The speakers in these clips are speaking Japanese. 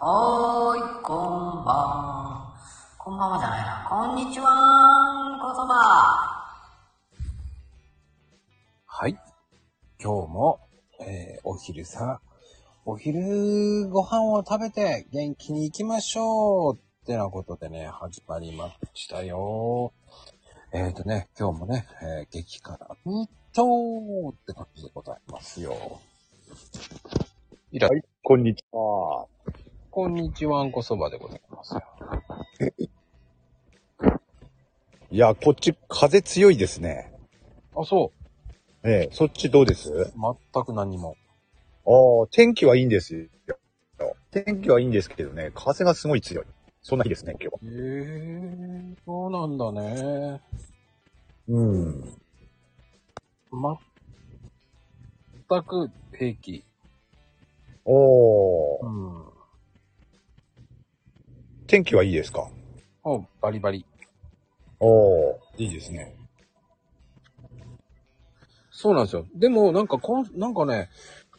はーい、こんばん。こんばんはじゃないな。こんにちはこそば。はい。今日も、えーお昼さ、お昼ご飯を食べて元気に行きましょうってなことでね、始まりましたよ。えーとね、今日もね、えー激辛日東って感じでございますよ。いらっしゃい、こんにちは。こんにちは、あんこそばでございますよ。いや、こっち風強いですね。あ、そええ、そっちどうですあう。全く何も。あ、天気はいいんですよ。天気はいいんですけどね、風がすごい強い。そんな日ですね、今日は。へえー、そうなんだね。うん。全く平気。おー、うん。天気はいいですかおバリバリ。おー、いいですね。そうなんですよ。でも、なんかこん、なんかね、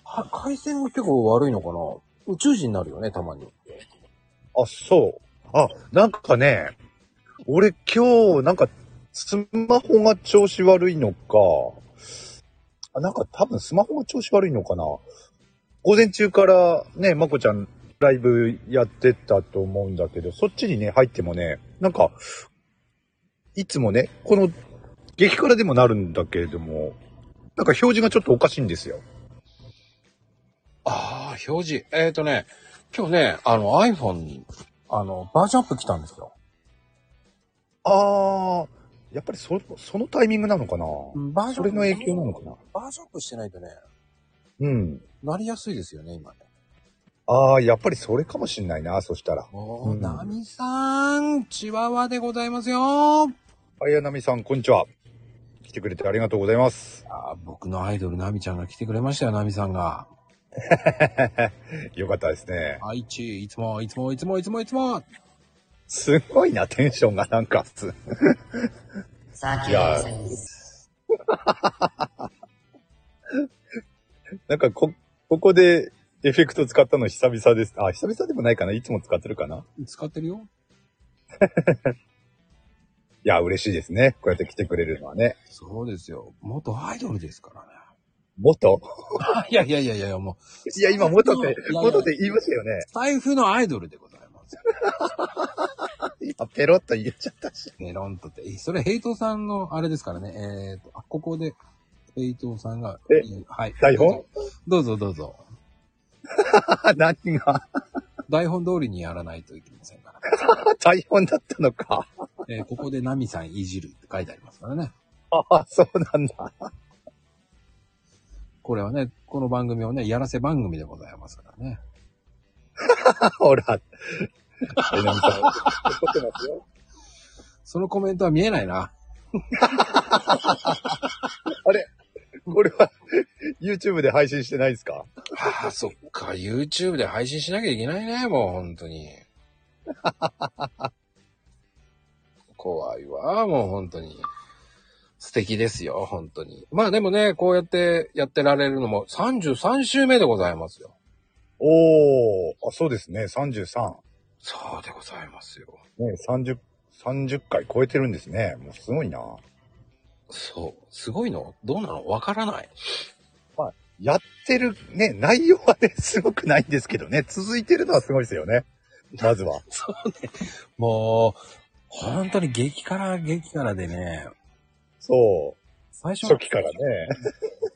は回線が結構悪いのかな宇宙人になるよね、たまに。あ、そう。あ、なんかね、俺今日、なんか、スマホが調子悪いのか、あなんか多分スマホが調子悪いのかな。午前中からね、まこちゃんライブやってたと思うんだけど、そっちにね、入ってもね、なんか、いつもね、この、激辛でもなるんだけれども、なんか表示がちょっとおかしいんですよ。ああ、表示。えっ、ー、とね、今日ね、あの iPhone に、あの、バージョンアップ来たんですよ。あー、やっぱりそ、そのタイミングなのかなバージョンそれの影響なのかなバージョンアップしてないとね、うん。なりやすいですよね、今ね。ああ、やっぱりそれかもしんないな、そしたら。おうんー、なみさん、チワワでございますよ。綾波さん、こんにちは。来てくれてありがとうございます。あー僕のアイドル、なみちゃんが来てくれましたよ、なみさんが。よかったですね。愛知、いつも、いつも、いつも、いつも、いつも。すごいな、テンションがなんか、すさきいやです。なんかこ、ここでエフェクト使ったの久々です。あ、久々でもないかな、いつも使ってるかな。使ってるよ。いや、嬉しいですね。こうやって来てくれるのはね。そうですよ。元アイドルですからね。元いやいやいやいや、もう、いや、今元って、いやいや元って言いましたよね。財布のアイドルでございますよ。今、ペロッと言っちゃったし。メロンとって。えそれ、ヘイトさんの、あれですからね。えっ、と、あ、ここで、ヘイトさんが、えいいはい。台本どうぞどうぞ。あ、何が台本通りにやらないといけませんから。台本だったのか。えーここでナミさんいじるって書いてありますからね。あ、そうなんだ。これはね、この番組をね、やらせ番組でございますからね。ほら。 えなみさん、怒ってますよ。そのコメントは見えないな。これは YouTube で配信してないですかああ、そっか。YouTube で配信しなきゃいけないね、もう、本当に。 怖いわ、もう、本当に。素敵ですよ、本当に。まあでもね、こうやってやってられるのも33週目でございますよ。おー、あ、そうですね、33。そうでございますよ。ね、30、30回超えてるんですね。もうすごいな。そう。すごいのどうなのわからない。やってる、ね、内容はね、 すごくないんですけどね、続いてるのはすごいですよね。まずは。もう、本当に激辛、激辛でね、そう。最初初期からね。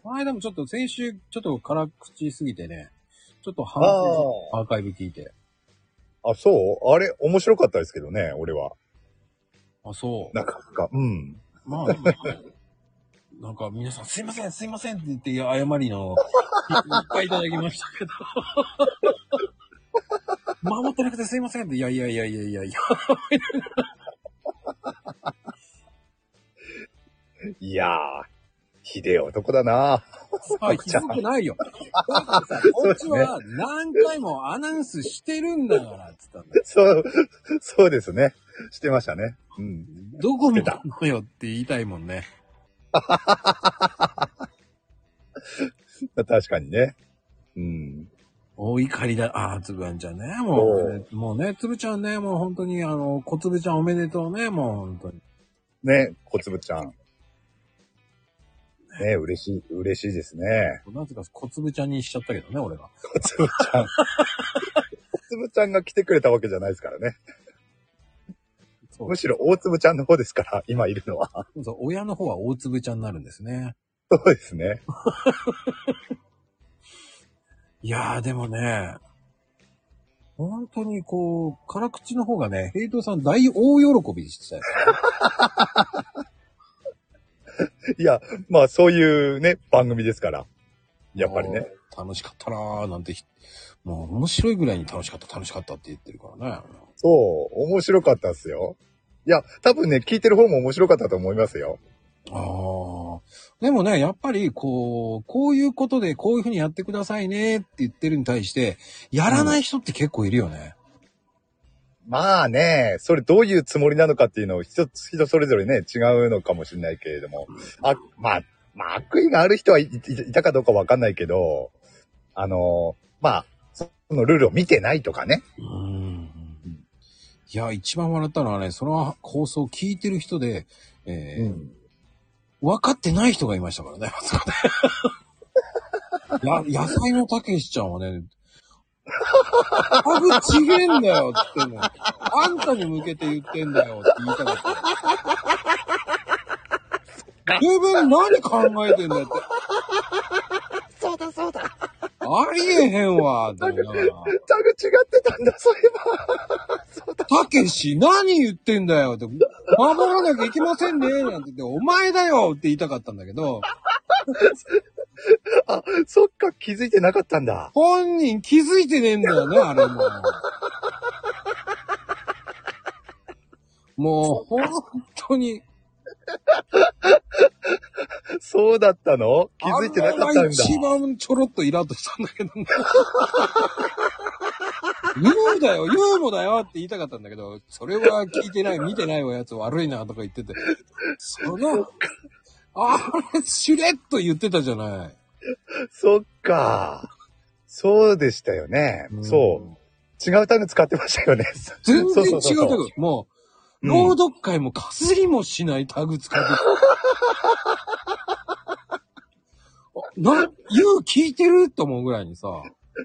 この間もちょっと先週、ちょっと辛口すぎてね、ちょっと反省あアーカイブ聞いて。あ。あ、そうあれ、面白かったですけどね、俺は。あ、そう。なかなか。うん。 まあ、でもなんか皆さんすいません、すいませんって言って謝りの、いっぱいいただきましたけど。 守ってなくてすいませんって、いやいやいやいやいやいや。いやー、ひでえ男だな。 あ、ひどくないよ。だから さ、こっちは何回もアナウンスしてるんだから、って言ったんだよ。そう、そうですね。してましたね。うん。どこ見たのよって言いたいもんね。確かにね。うん。大怒りだ。ああ、つぶあんちゃんね。もう、もうね、つぶちゃんね、もう本当に、あの、小つぶちゃんおめでとうね、もう本当に。ね、小粒ちゃん。ね、嬉しい、嬉しいですね。なぜか小つぶちゃんにしちゃったけどね、俺が。小粒ちゃん。小粒ちゃんが来てくれたわけじゃないですからね。そうむしろ大粒ちゃんの方ですから、今いるのは。 そう、親の方は大粒ちゃんになるんですね。そうですね。いやー、でもね、本当にこう、辛口の方がね、平等さん大大喜びしてたよ。いや、まあそういうね、番組ですから。やっぱりね。もう。楽しかったなーなんてひ、もう面白いぐらいに楽しかった、楽しかったって言ってるからね。そう、面白かったですよ。いや、多分ね、聞いてる方も面白かったと思いますよ。ああ。でもね、やっぱり、こう、こういうことで、こういうふうにやってくださいねって言ってるに対して、やらない人って結構いるよね。まあね、それどういうつもりなのかっていうのを人、人それぞれね、違うのかもしれないけれども。あ、まあ、まあ悪意がある人はいいいたかどうかわかんないけど、あの、まあ、そのルールを見てないとかね。うーん。いや、一番笑ったのはね、その放送を聞いてる人で、えーん。分かってない人がいましたからね、あそこで。 や、野菜のたけしちゃんはね、ハグちげえんだよって言ってんの。あんたに向けて言ってんだよって言いたかった。自分何考えてんだって。そうだそうだ。ありえへんわ、って思いながら。タグ違ってたんだ、そういえば。たけし、何言ってんだよって、守らなきゃいけませんね、なんて言って、お前だよって言いたかったんだけど、あ、そっか、気づいてなかったんだ。本人気づいてねえんだよね、あれも。もう、本当に。そうだったの気づいてなかったあれんがだ。一番ちょろっとイラッとしたんだけどね。言うだよ、言うもだよって言いたかったんだけど、それは聞いてない、見てないわやつ悪いなとか言ってて、その、あれ、しれっと言ってたじゃない。そっか。そうでしたよね。そう。違うタグ使ってましたよね。全然違うタそそそグ。もう、うん朗読会もかすりもしないタグ使って た。あな、言う聞いてると思うぐらいにさ、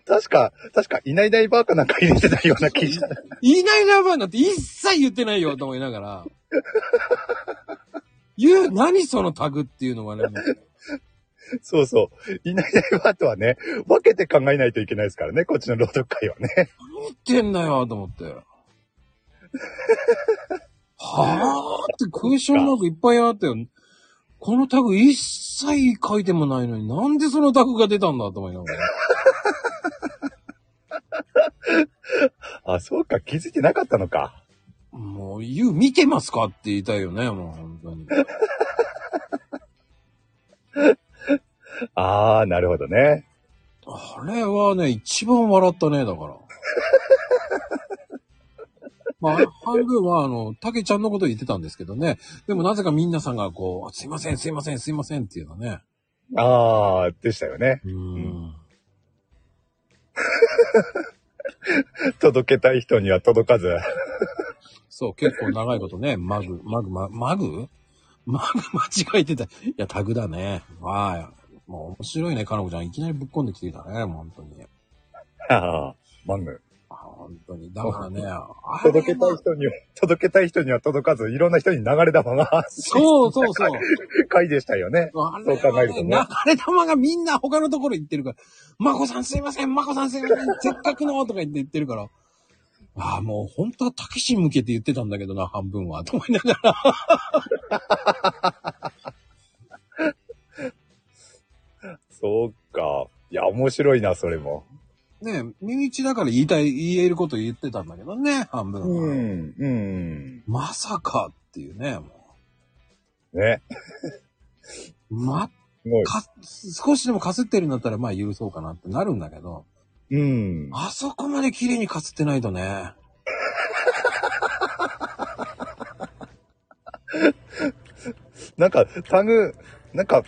確か、確か、いないいないばあかなんか入れてたような気した。いないラバーなんて一切言ってないよと思いながら、言う、何そのタグっていうのがね、もうそうそう。いないいないばあとはね、分けて考えないといけないですからね、こっちの朗読会はね。言ってんだよと思って。はぁーってクエスチョンマークいっぱいあったよ。このタグ一切書いてもないのになんでそのタグが出たんだと思いながら。あ、そうか、気づいてなかったのか。もう、言う、見てますかって言いたいよね、もう本当に。あー、なるほどね。あれはね、一番笑ったね、だから。 まあ、半分は、あの、たけちゃんのこと言ってたんですけどね。でもなぜかみんなさんがこう、すいません、すいません、すいませんっていうのね。あー、でしたよね。うん。届けたい人には届かず。そう、結構長いことね、 マグ、マグ、ママグマグ 間違えてた。いや、タグだね。はい。もう面白いね、かなこちゃん。いきなりぶっこんできてたね、もう本当に。あー、マング。あ本当に。だからね、あれは届けたい人には、届けたい人には届かず、いろんな人に流れ玉が、 そうそうそう。回でしたよね。あれそう考えるとねは流れ玉がみんな他のところ行ってるから、マコさんすいません、マコさんすいません、せっかくのとか言って言ってるから。ああ、もう本当はタケシに向けて言ってたんだけどな、半分は。と思いながら。そうか。いや、面白いな、それも。ね身内だから言いたい、言えること言ってたんだけどね、半分は。ん、うん。まさかっていうね、もね。う。ま、もか、少しでもかすってるんだったら、まあ許そうかなってなるんだけど、う、うん。あそこまで綺麗にかすってないとね。なんか、タグ、なんか、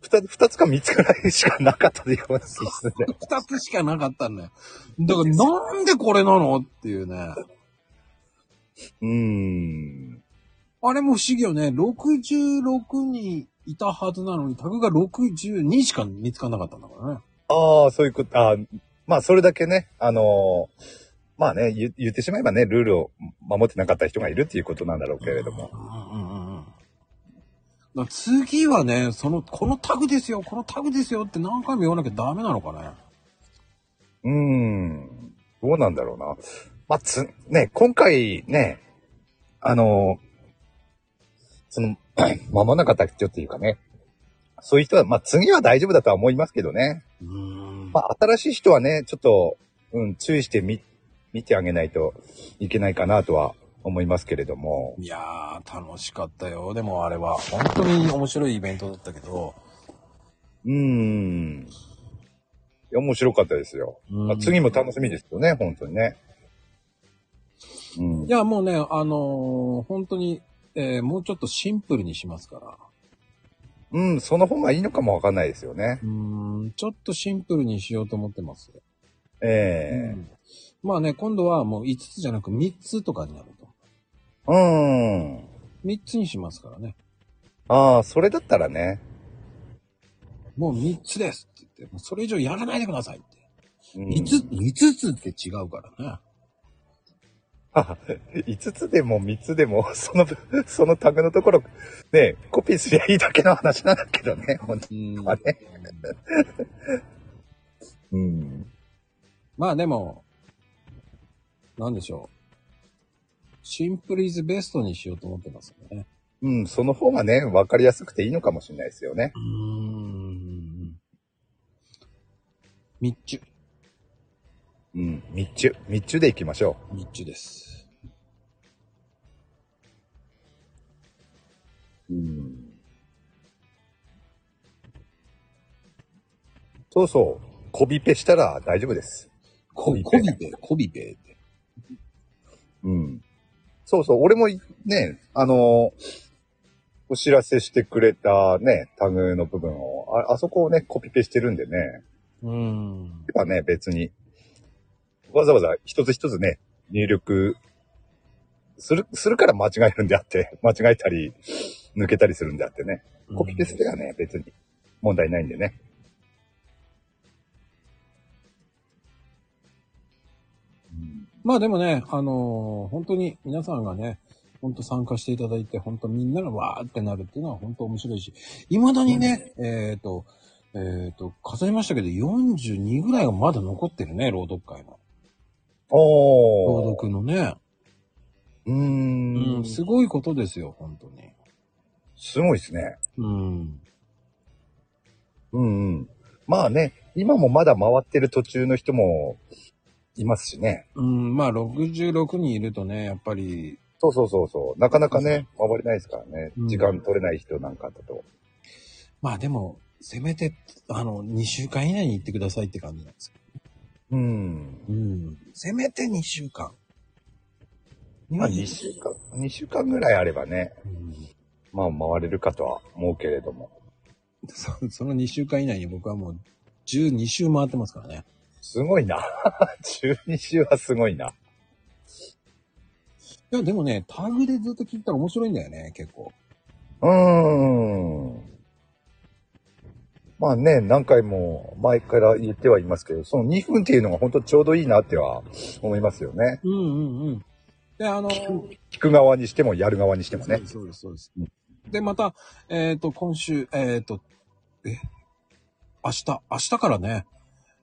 二つ、二つか三つくらいしかなかったような気するね。二つしかなかったんだよ。だからなんでこれなのっていうね。うーん。あれも不思議よね。66人いたはずなのに、タグが62しか見つからなかったんだからね。ああ、そういうこと、あーまあ、それだけね、あのーまあね言、言ってしまえばね、ルールを守ってなかった人がいるっていうことなんだろうけれども。うんうんうんうん。だから次はね、その、このタグですよ、このタグですよって何回も言わなきゃダメなのかね。うーん。どうなんだろうな。まあ、つ、ね、今回ね、あのーその、 守らなかった人っていうかね、そういう人は、まあ、次は大丈夫だとは思いますけどね。うーん。まあ、新しい人はね、ちょっと、うん、注意してみ、見てあげないといけないかなとは思いますけれども。いやー、楽しかったよ。でもあれは、本当に面白いイベントだったけど。うーん。いや面白かったですよ。まあうん次も楽しみですよね、本当にね。うんい。や、もうね、あのー本当に、えーもうちょっとシンプルにしますから。うん、その方がいいのかもわかんないですよね。うーん、ちょっとシンプルにしようと思ってます。うえんまあね、今度はもう5つじゃなく3つとかになると。えうん。 3つにしますからね。ああ、それだったらね。もう3つですって言って、もうそれ以上やらないでくださいって。うん5つ、 五つって違うからね。あ5つでも3つでも、その、そのタグのところ、ね、コピーすりゃいいだけの話なんだけどね、本当うんまあねに。うん。まあでも、なんでしょう。シンプルイズベストにしようと思ってますよね。うん、その方がね、わかりやすくていいのかもしれないですよね。うん。密中。うん、密中、密中で行きましょ密中です。う。うん。そうそう、コビペしたら大丈夫です。こ、コビこペびべ、こびべって。うん。そうそう、俺もいね、あのーお知らせしてくれたね、タグの部分を、あ、あそこをね、コピペしてるんでね、うん。今ね、別に、わざわざ一つ一つね、入力する、するから間違えるんであって、 間違えたり、抜けたりするんであってね、コピペすればね、別に問題ないんでね。まあでもね、あのー本当に皆さんがね、本当参加していただいて、本当みんながわーってなるっていうのは本当面白いし、未だにね、えっ、と、えっ、と、数えましたけど、42ぐらいがまだ残ってるね、朗読会の。おー。朗読のね。ううーんん、。すごいことですよ、本当に。すごいですね。うん。うんうん。まあね、今もまだ回ってる途中の人もいますしね。うん、まあ66人いるとね、やっぱり、そうそうそうそう。なかなかね、回れないですからね。うん時間取れない人なんかだと。まあでも、せめて、あの、2週間以内に行ってくださいって感じなんですよ。うん。うん。せめて2週間。まあ2週間、2週間ぐらいあればね、うんまあ回れるかとは思うけれども。そ その2週間以内に僕はもう12週回ってますからね。すごいな。12週はすごいな。いや、でもね、タグでずっと聞いたら面白いんだよね、結構。うーん。まあね、何回も前から言ってはいますけど、その2分っていうのが本当ちょうどいいなっては思いますよね。うんうんうん。で、あの、聞く側にしても、やる側にしてもね。そうです、そうですう。で、また、えっ、と、今週、えっ、と、え、明日、明日からね、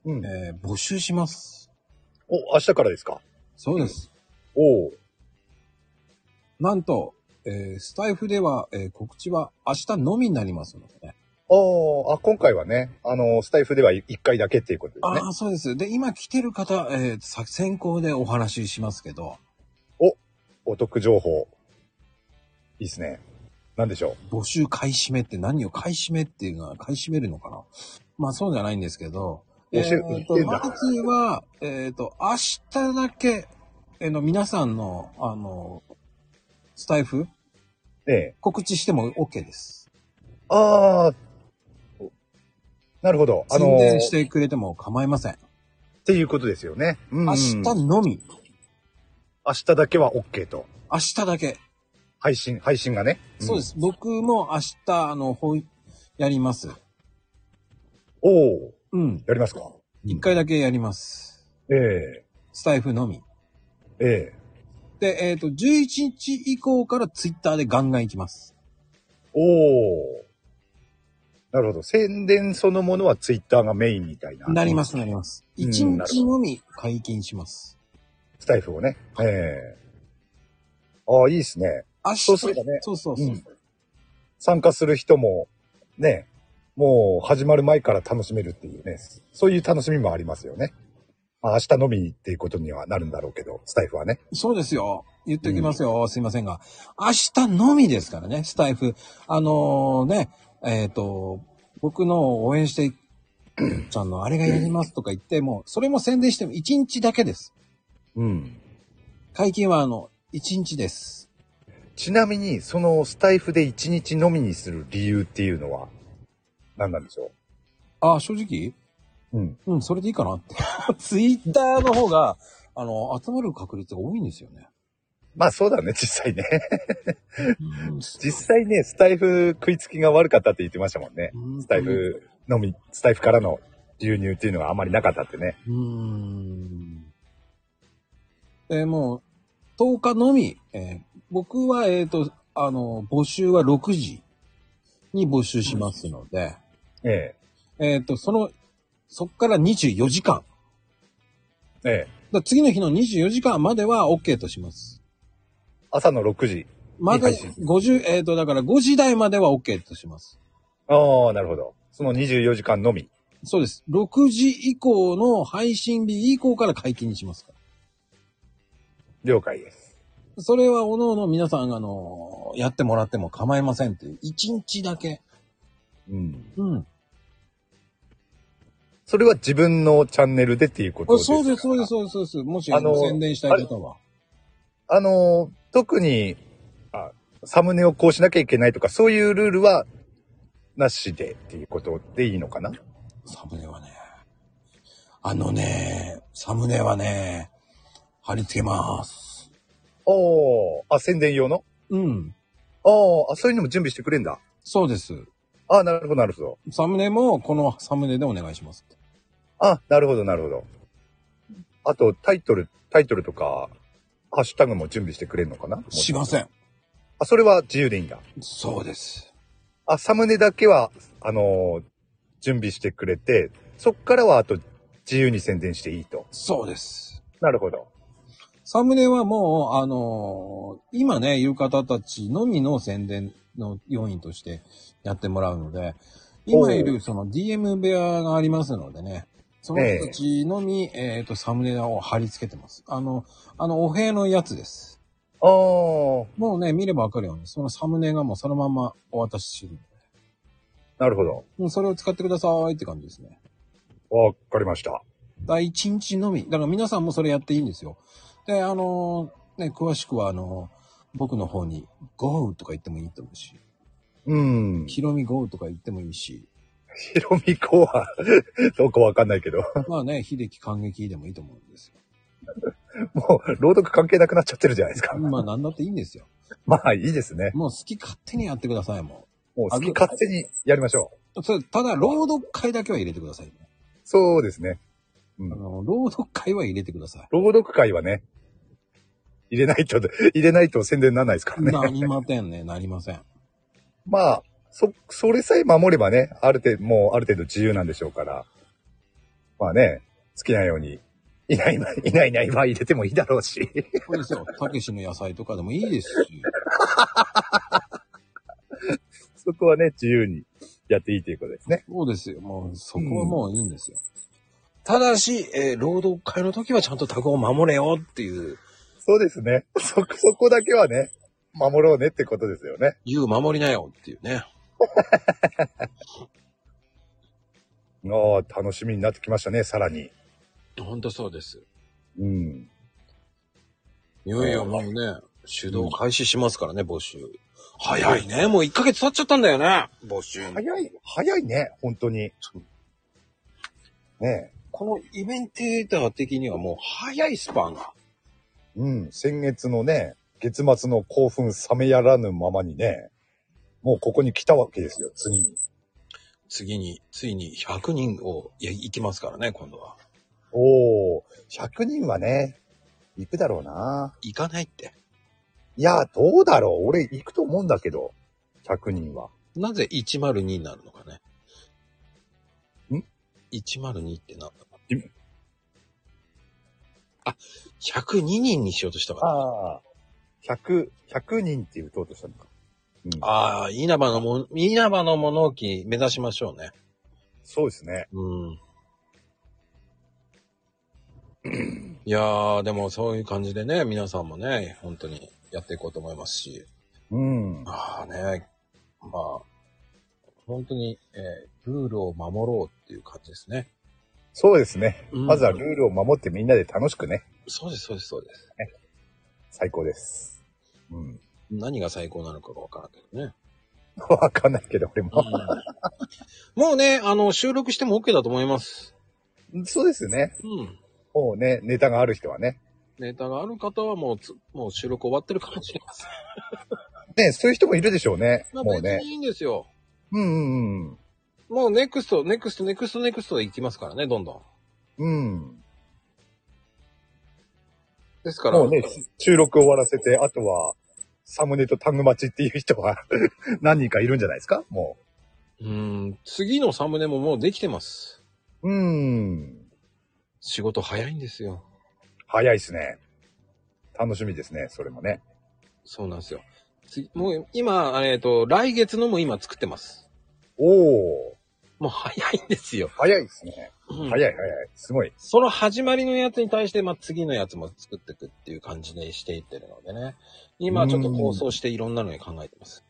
うん。えー募集します。お、明日からですかそうです。おうなんと、えースタイフでは、えー告知は明日のみになりますのでね。おーあ、今回はね、あの、スタイフでは1回だけっていうことですねあ。あ、そうです。で、今来てる方、えーさ先行でお話ししますけど、お得情報。いいっすね。なんでしょ募集買い占めって何を買い占めっていうのは買い占めるのかなまあそうじゃないんですけど、え募集ー、としてんまだずは、えっ、と、明日だけ、えーの皆さんの、あの、スタイフう。ねえ。告知しても OK です。ああ、なるほど。あの宣ー、伝しってくれても構いません。ていうことですよね。うん、明日のみ、明日だけは OK と。明日だけ。配信、配信がね。。そうですす。僕も明日、あの、ほい、やります。おおうん。やりますか一回だけやります。ええスタイフのみ。ええで、えっ、と、11日以降からツイッターでガンガン行きます。おおなるほど。宣伝そのものはツイッターがメインみたいな。なります、なります。うん1日のみ解禁します。スタイフをね。ええああ、いいですね。明日、そうすればねそうそうそう。うん参加する人も、ね、もう始まる前から楽しめるっていうね、そういう楽しみもありますよね。まあ、明日のみっていうことにはなるんだろうけど、スタイフはね。そうですよ。言っておきますよ。すいませんが。明日のみですからね、スタイフ。あのーね、えっ、と、僕の応援して、ちゃんのあれがやりますとか言っても、それも宣伝しても1日だけです。うん。解禁はあの、1日です。ちなみに、そのスタイフで1日のみにする理由っていうのは、何なんでしょああ、正直ううん。うん、それでいいかなって。 ツイッターの方が、あの、集まる確率が多いんですよね。まあそうだね、実際ね。 うん、実際ね、スタイフ食いつきが悪かったって言ってましたもんね。スタイフのみ、スタイフからの流入っていうのがあまりなかったってね。うーん。えーもう、10日のみ、えー僕は、えっ、と、あの、募集は6時に募集しますので、ええっ、と、その、そっから24時間。え。ええ。だ次の日の24時間までは OK とします。朝の6時。まだいい配信50、えっ、と、だから5時台までは OK とします。ああ、なるほど。その24時間のみ。そうです。6時以降の配信日以降から解禁にしますから。了解です。それは、おのおの皆さん、あの、やってもらっても構いませんっていう、一日だけ。うん。うん。それは自分のチャンネルでっていうことですかそうです、そうです、。そうです、そうです。もし、あの宣伝したい方は。あの、特に、あサムネをこうしなきゃいけないとか、そういうルールは、なしでっていうことでいいのかなサムネはね、あのね、サムネはね、貼り付けます。おー、あ、宣伝用のうん。おー、あ、そういうのも準備してくれんだ。そうです。あー、なるほど、なるほど。サムネも、このサムネでお願いします。あ、なるほど、なるほど。あと、タイトル、タイトルとか、ハッシュタグも準備してくれんのかなしません。あ、それは自由でいいんだ。そうです。あ、サムネだけは、あのー準備してくれて、そっからは、あと、自由に宣伝していいと。そうです。なるほど。サムネはもう、あのー今ね、言う方たちのみの宣伝の要員としてやってもらうので、今いおるその DM 部屋がありますのでね、その人たちのみ、えっ、と、サムネを貼り付けてます。あの、あの、お部屋のやつです。あもうね、見ればわかるように、そのサムネがもうそのままお渡ししてる。あ、なるほど。もうそれを使ってくださいって感じですね。わかりました。第1日のみ。だから皆さんもそれやっていいんですよ。で、あのーね、詳しくはあのー僕の方に、GO とか言ってもいいと思うし、うん。ヒロミ GO とか言ってもいいし、ひろみこは、 どうかわかんないけど、まあね、秀樹感激でもいいと思うんですよ。もう、朗読関係なくなっちゃってるじゃないですか。まあ何だっていいんですよ。まあ、いいですね。もう好き勝手にやってください、ももう、好き勝手にやりましょう。う。それただ、朗読会だけは入れてください、ね。そうですね。うあん。の、朗読会は入れてください。朗読会はね、入れないと、入れないと宣伝にならないですからね。なりませんね、なりません。まあ、そ、それさえ守ればね、ある程度、もうある程度自由なんでしょうから。まあね、好きなように、いない、い ないいないいないは入れてもいいだろうし。 そうですよ。たけしの野菜とかでもいいですし。そこはね、自由にやっていいということですね。そうですよ。もう、そこはもういいんですよ。ただし、えー労働会の時はちゃんとタグを守れよっていう、そうですね。 そ、そこだけはね、守ろうねってことですよね。言う守りなよっていうね。ああ、楽しみになってきましたね、さらに。ほんとそうです。うん。いよいよもうね、手動開始しますからね、募集。早いね。もう1ヶ月経っちゃったんだよね。募集。早い、早いね、本当に。ねこのイベンテーター的にはもう早いスパンが。うん、先月のね、月末の興奮冷めやらぬままにね、もうここに来たわけですよ、次に。次に、ついに100人を、いや、行きますからね、今度は。おー、100人はね、行くだろうな。行かないって。いや、どうだろう。俺行くと思うんだけど、100人は。なぜ102になるのかね。ん ?102 ってなんだあ、102人にしようとしたから。ああ。100、100人って言うとうとしたのか。うん。ああ、稲葉のも、稲葉の物置目指しましょうね。そうですね。うん。 いやー、でもそういう感じでね、皆さんもね、本当にやっていこうと思いますし。うん。ああね、まあ、本当に、えールールを守ろうっていう感じですね。そうですね。うんまずはルールを守ってみんなで楽しくね。そうです、そうです、そうです。最高です。うん。 何が最高なのかがわからんけどね。わかんないけど、俺も。もうね、あの、収録しても OK だと思います。そうですね。うん。もうね、ネタがある人はね。ネタがある方はもうつ、もう収録終わってるかもしれません。ね、そういう人もいるでしょうね。まあ もう別ね。にいいんですよ。うんうんうん。もうネクスト、ネクスト、ネクスト、ネクストで行きますからね、どんどん。うん。ですから、もうね、収録終わらせて、あとは、サムネとタグ待ちっていう人は 何人かいるんじゃないですかもうん、次のサムネももうできてます。う。うん。仕事早いんですよ。早いですね。楽しみですね、それもね。そうなんですよ。つもう今、えっ、と、来月のも今作ってます。おー、もう早いんですよ。早いですね。うん早い早い。すごい。その始まりのやつに対して、まあ、次のやつも作っていくっていう感じでしていってるのでね。今ちょっと構想していろんなのに考えてます。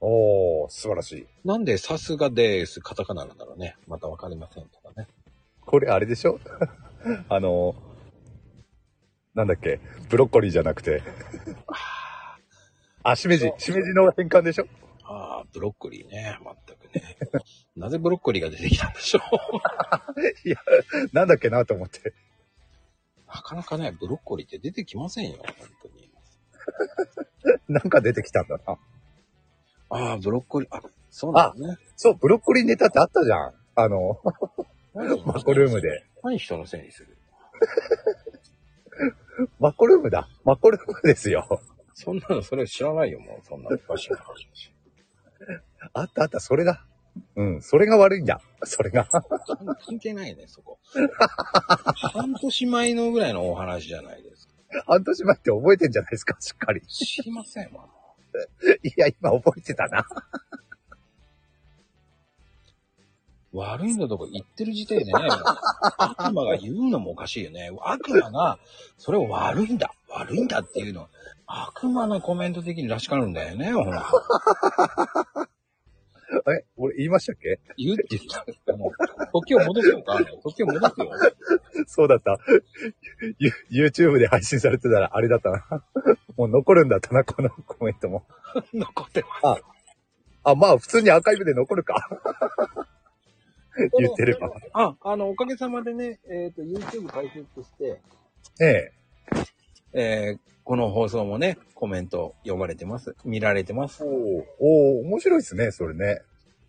おー、素晴らしい。なんでさすがです、カタカナなんだろうね。またわかりませんとかね。これあれでしょ あの、なんだっけ、ブロッコリーじゃなく て。あ、しめじ、しめじの変換でしょああ、ブロッコリーね。まったくね。 なぜブロッコリーが出てきたんでしょう。いや、なんだっけなと思って。 なかなかね、ブロッコリーって出てきませんよ。本当に。なんか出てきたんだな。ああ、ブロッコリー。あ、そうなんだね。そう、ブロッコリーネタってあったじゃん。あの、何マコルームで。何人のせいにするマコルームだ。マコルームですよ。そんなの、それ知らないよ、もう。そんなの。あったあった、それだ。うん、それが悪いんだ。それが。 関係ないね、そこ。半年前のぐらいのお話じゃないですか。半年前って覚えてんじゃないですか、しっかり。 知りませんわ。いや、今覚えてたな。 悪いのとか言ってる時点でね、悪魔が言うのもおかしいよね。悪魔が、それを悪いんだ、悪いんだっていうの。悪魔のコメント的にらしかるんだよね、ほら。え、俺言いましたっけ言うって言ったら、もう、時を戻すよか。時を戻すよ。そうだった。ゆ YouTube で配信されてたらあれだったな。 もう残るんだったな、このコメントも。残ってます。あ、まあ普通にアーカイブで残るか。言ってれば。あ、あの、おかげさまでね、えっ、と、YouTube 解説して、ねえ。えーこの放送もね、コメント読まれてます。見られてます。おお面白いですね、それね。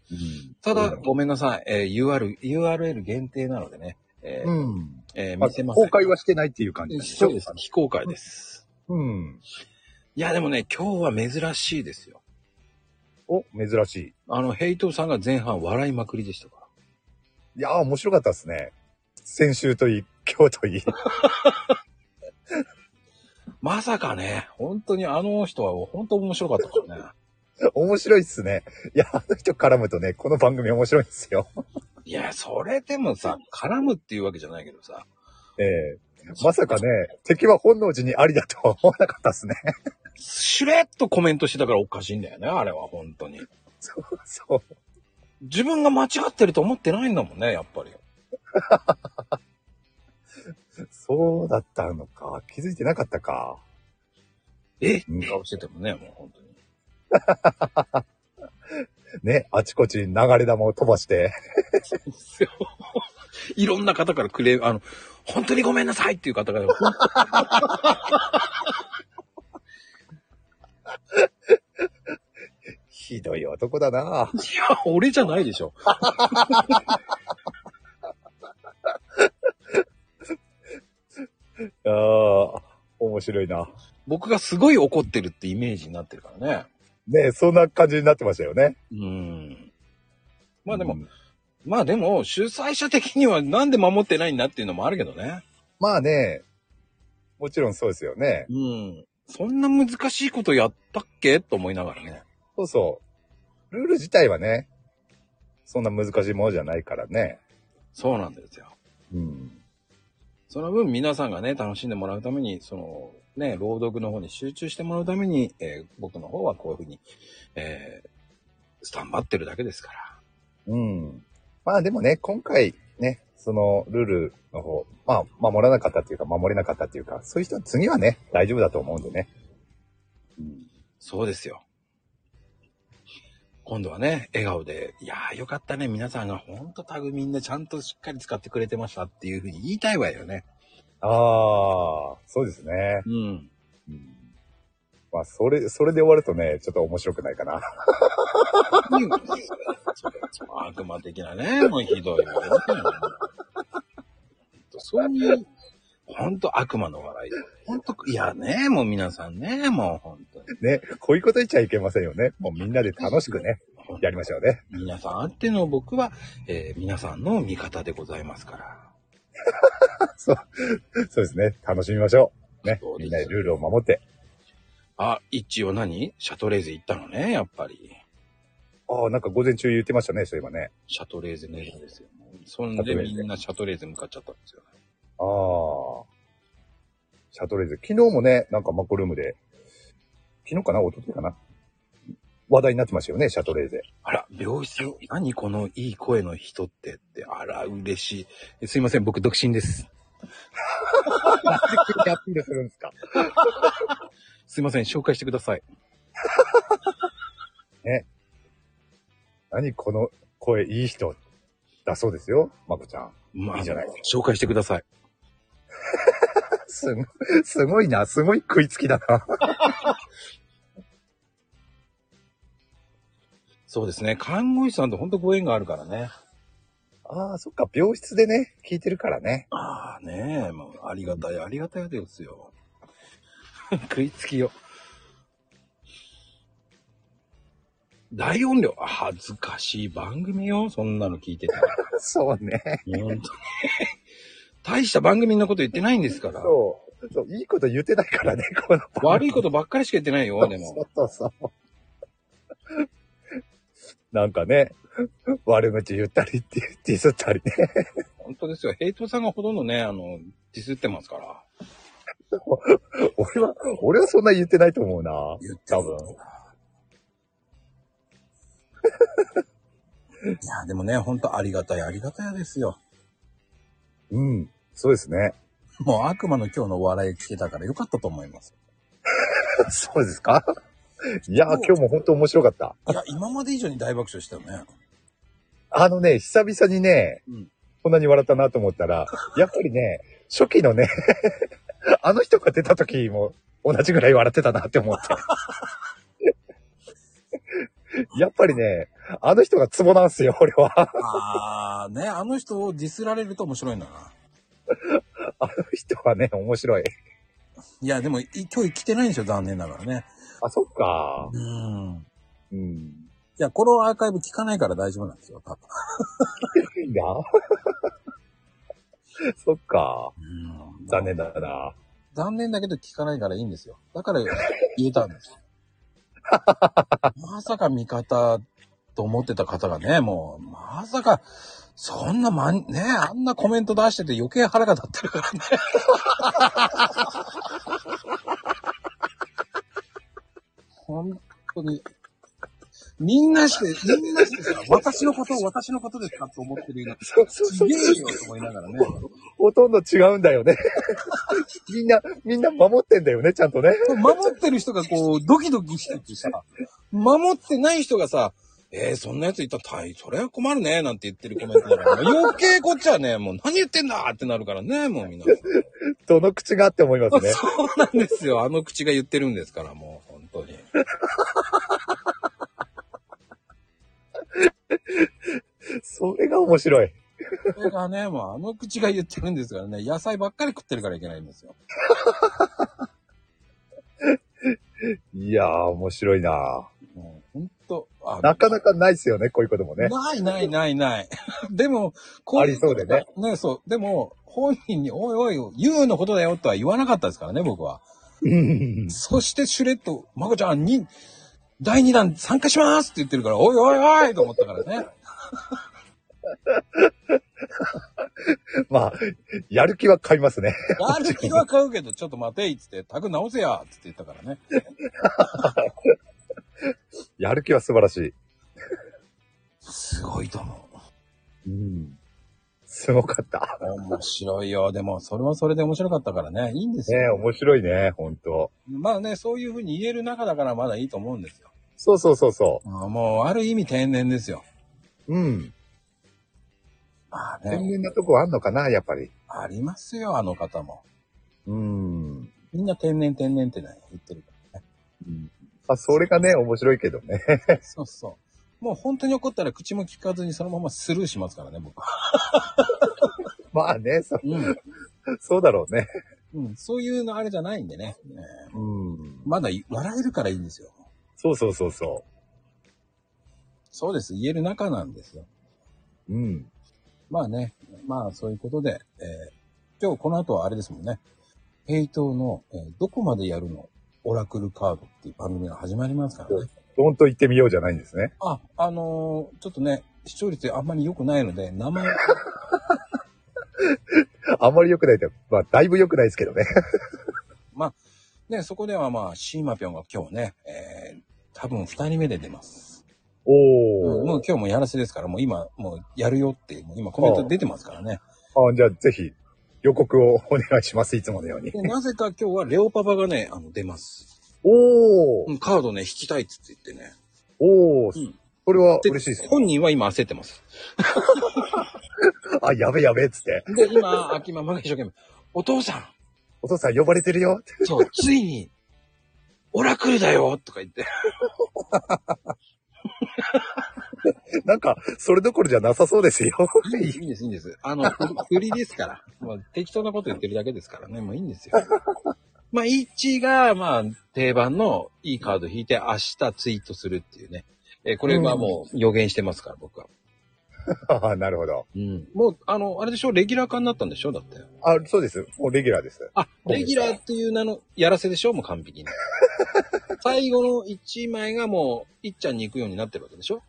うんただ、うんごめんなさい。えー URL、URL 限定なのでね、えーうん。えーまあ見せません。公開はしてないっていう感じだねそうです。。非公開です。うん。いや、でもね、今日は珍しいですよ。お、珍しい。あの、ヘイトさんが前半笑いまくりでしたかいやー、面白かったですね。先週といい、今日といい。ら。まさかね、本当にあの人は本当面白かったから ね。 面白いっすね。いや、あの人絡むとね、この番組面白いんですよ。いや、それでもさ、絡むっていうわけじゃないけどさ。ええまさかね、敵は本能寺にありだとは思わなかったですね。 しれっとコメントしてたからおかしいんだよね、あれは本当に。そう、そう。自分が間違ってると思ってないんだもんね、やっぱり。そうだったのか。気づいてなかったか。えっうん顔しててもね、もう本当に。ね、あちこち流れ弾を飛ばして、いろんな方からクレーム、あの、本当にごめんなさいっていう方が、ひどい男 だないや、俺じゃないでしょ。ああ、面白いな。僕がすごい怒ってるってイメージになってるからね。ねえそんな感じになってましたよね。うん。まあでも、うんまあでも、主催者的にはなんで守ってないんだっていうのもあるけどね。まあね、もちろんそうですよね。うん。そんな難しいことやったっけと思いながらね。そうそう。ルール自体はね、そんな難しいものじゃないからね。そうなんですよ。うん。その分皆さんがね、楽しんでもらうために、その、ね、朗読の方に集中してもらうために、えー僕の方はこういうふうに、えースタンバってるだけですから。うん。まあでもね、今回ね、そのルールの方、まあ守らなかったっていうか、守れなかったっていうか、そういう人は次はね、大丈夫だと思うんでね。うん、そうですよ。今度はね、笑顔で、いやーよかったね、皆さんがほんとタグみんなちゃんとしっかり使ってくれてましたっていうふうに言いたいわよね。ああ、そうですね。うん。うん、まあそれ、それで終わるとね、ちょっと面白くないかな。 悪魔的な ね、もうひどいわよね。そういう、ほんと悪魔の笑い。ほんと、いやね、もう皆さんね、もうほんとに。ね、こういうこと言っちゃいけませんよね。もうみんなで楽しくね、やりましょうね。皆さんあっての僕は、えー皆さんの味方でございますから。そうですね。楽しみましょう。ねそう。ですみんなでルールを守って。あ、一応何シャトレーゼ行ったのね、やっぱり。ああ、なんか午前中言ってましたね、そういえばね。シャトレーゼの映画ですよ。そんシャトでレーみゼんなシャトレーゼ向かっちゃったんですよ。ああ。シャトレーゼ。昨日もね、なんかマコルームで、昨日かな一昨日かな話題になってましたよね、シャトレーゼ。あら、病室、何このいい声の人ってって、あら、嬉しいえ。すいません、僕独身です。キャッピングするんですかすいません、紹介してください。何この声いい人だそうですよ、マコちゃん。まあ、いいじゃない紹介してください。すごい、すごいな、すごい食いつきだな。そうですね、看護師さんと本当ご縁があるからね。ああ、そっか、病室でね、聞いてるからね。ああ、ねえ、もう、ありがたい、ありがたいですよ。 食いつきよ。大音量、恥ずかしい番組よ、そんなの聞いてたら。そうね。本当に。 大した番組のこと言ってないんですから。そう。そう、いいこと言ってないからね、この 悪いことばっかりしか言ってない よ、でそもう。そうそう。なんかね、悪口言ったりってディスったりね。本当ですよ。ヘイトさんがほとんどね、あの、ディスってますから。俺は、俺はそんな言ってないと思うな。言って多分。 いや、でもね、本当ありがたい、ありがたいですよ。うん。そうですね。もう悪魔の今日のお笑い聞けたからよかったと思います。 そうですかいや、今日も本当面白かった。いや、今まで以上に大爆笑したよね。あのね、久々にね、うんこんなに笑ったなと思った ら、やっぱりね、初期のね、 あの人が出た時も同じぐらい笑ってたなって思った。 やっぱりね、あの人がツボなんすよ、俺は。あー、ね、あの人をディスられると面白いんだな。あの人はね、面白い。いや、でも、い今日来てないんですよ、残念ながらね。あ、そっか。うん。うん。いや、このアーカイブ聞かないから大丈夫なんですよ、多分。いいな。 そっか。残念だな。残念だけど聞かないからいいんですよ。だから言えたんです よ。まさか味方と思ってた方がね、もう、まさか、そんなまん、ね、あんなコメント出してて余計腹が立ってる からね。本当に。みんなして、みんなしてさ、私のことを私のことですかって思ってるようそうそうな、すそうげえよと思いながらね。ほとんど違うんだよね。 みんな、みんな守ってんだよね、ちゃんとね。守ってる人がこう、ドキドキしててさ、守ってない人がさ、えー、そんなやついたら大、それは困るね、なんて言ってるコメントだから、余計こっちはね、もう何言ってんだってなるからね、もうみんな。どの口がって思いますね。そうなんですよ。あの口が言ってるんですから、もう、本当に。それが面白い。それがね、もうあの口が言ってるんですからね、野菜ばっかり食ってるからいけないんですよ。いやー、面白いなもう、本当あなかなかないですよね、こういうこともね。ないないないない。 でも、こありそうでね。ね、そう。でも、本人に、おいおい、言うのことだよとは言わなかったですからね、僕は。うんそして、シュレット、まこちゃんに、第2弾参加しますって言ってるから、おいおいおいと思ったから ね。まあ、やる気は買いますね。ある気は買うけど、ちょっと待ていっつって、タグ直せやっつって言ったからね。やる気は素晴らしすごいと思う。い。うん、すごかった。面白いよ。でも、それはそれで面白かったからね。いいんですねえよ。面白いね、ほんと。まあね、そういうふうに言える中だからまだいいと思うんですよ。そうそうそうそあもう、ある意味天然ですよ。う。うん。まあ天ね、然なとこあんのかな、やっぱり。ありますよ、あの方も。うん。みんな天然天然ってね、言ってるかまあ、それがね、面白いけどね。ら。そうそう。もう本当に怒ったら口も聞かずにそのままスルーしますからね、僕は。まあね、そうん。そうだろうね。うん、そういうのあれじゃないんでね。ねうん。まだ笑えるからいいんですよ。そうそうそうそそうです。言える仲なんですよ。う。うん。まあね。まあそういうことで、えー今日この後はあれですもんね。ヘイトの、えーどこまでやるのオラクルカードっていう番組が始まりますからね。どんと行ってみようじゃないんですね。あ、あのーちょっとね、視聴率あんまり良くないので、名前、あんまり良くないと、まあ、だいぶ良くないですけどね。ね、そこではまあ、シーマピョンが今日ね、えー、多分2人目で出ます。 おうんもう今日もやらせですから、もう今、もうやるよって、もう今コメント出てますからね。あ、じゃあ、ぜひ、予告をお願いします、いつものようにで。なぜか今日はレオパパがね、あの、出ます。おー、うんカードね、引きたいっつって言ってね。おー、うんそれは嬉しいですね。本人は今焦ってます。あ、やべやべ、つって。で、今、 秋ママが一生懸命、お父さお父さん呼ばれてるよ。ん、そう、ついに、オラクルだよとか言って。なんか、それどころじゃなさそうですよ。 いいです、いいんです。あの、振りですから。まあ、適当なこと言ってるだけですからね。もういいんですよ。まあ、1が、まあ、定番のいいカード引いて明日ツイートするっていうね。えーこれはもう予言してますから、僕は。 あなるほど。うん。もう、あの、あれでしょレギュラー化になったんでしょだって。あ、そうです。もうレギュラーです。あ、レギュラーっていう名のやらせでしょもう完 璧に。最後の1枚がもう、いっちゃんに行くようになってるわけでしょ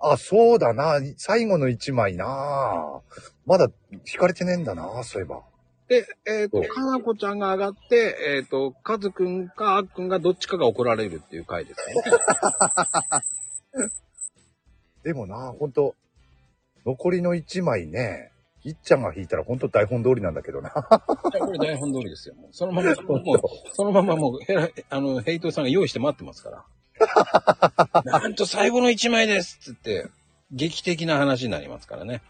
あ、そうだな。最後の一枚な。まだ、引かれてねえんだな、そういえば。で、えっ、そと、うかなこちゃんが上がって、えっ、と、かずくんかあっくんがどっちかが怒られるっていう回です ね。でもな、ほんと、残りの一枚ね、いっちゃんが引いたらほんと台本通りなんだけどな。いやこれ台本通りですよ。もうその まま、もう、そのままもう、へら、あの、ヘイトさんが用意して待ってます から。なんと最後の一枚ですっつって、劇的な話になりますからね。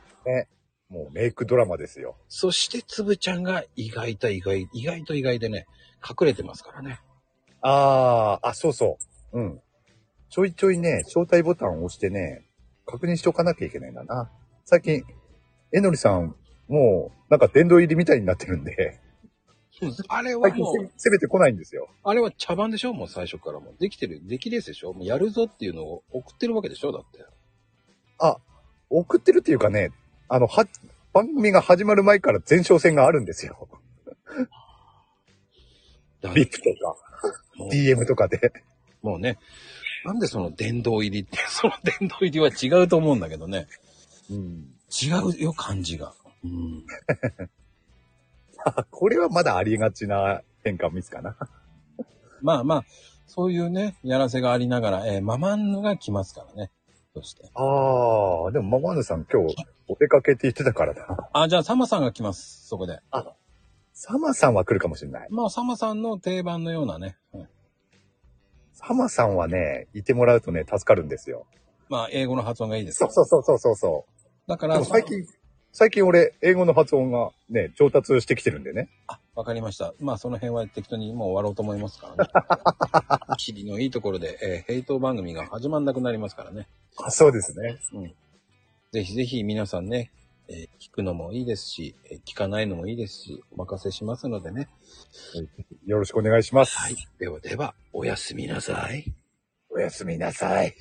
もうメイクドラマですよ。そして、つぶちゃんが意外と意外、意外と意外でね、隠れてますからね。ああ、あ、そうそう。うん。ちょいちょいね、招待ボタンを押してね、確認しておかなきゃいけないんだな。最近、えのりさん、もう、なんか殿堂入りみたいになってるんで、あれは最近もせう、攻めてこないんですよ。あれは茶番でしょもう最初からもう。できてる、できレースでしょもうやるぞっていうのを送ってるわけでしょだって。あ、送ってるっていうかね、あの、は、番組が始まる前から前哨戦があるんです よ。だリップとか、もう DM とかで。もうね、なんでその殿堂入りって、 その殿堂入りは違うと思うんだけどね。うん。違うよ、感じが。うん。あ、これはまだありがちな変化ミスかな。まあまあ、そういうね、やらせがありながら、えーママンヌが来ますからね。そして。ああ、でもママヌさん今日、お出かけって言ってたからな。あ、じゃあサマさんが来ます、そこで。サマさんは来るかもしれない。まあサマさんの定番のようなね。うんサマさんはね、いてもらうとね、助かるんですよ。まあ、英語の発音がいいですそう。そうそうそうそうそだかう。でらも、最近、最近俺、英語の発音がね、上達してきてるんでね。わかりました。まあ、その辺は適当にもう終わろうと思いますからね。 霧のいいところで、えー、ヘイト番組が始まんなくなりますからね。あそうですね。ぜひぜひ皆さんね、えー聞くのもいいですし、えー聞かないのもいいですし、お任せしますのでね。よろしくお願いします。はい。ではでは、おやすみなさい。おやすみなさい。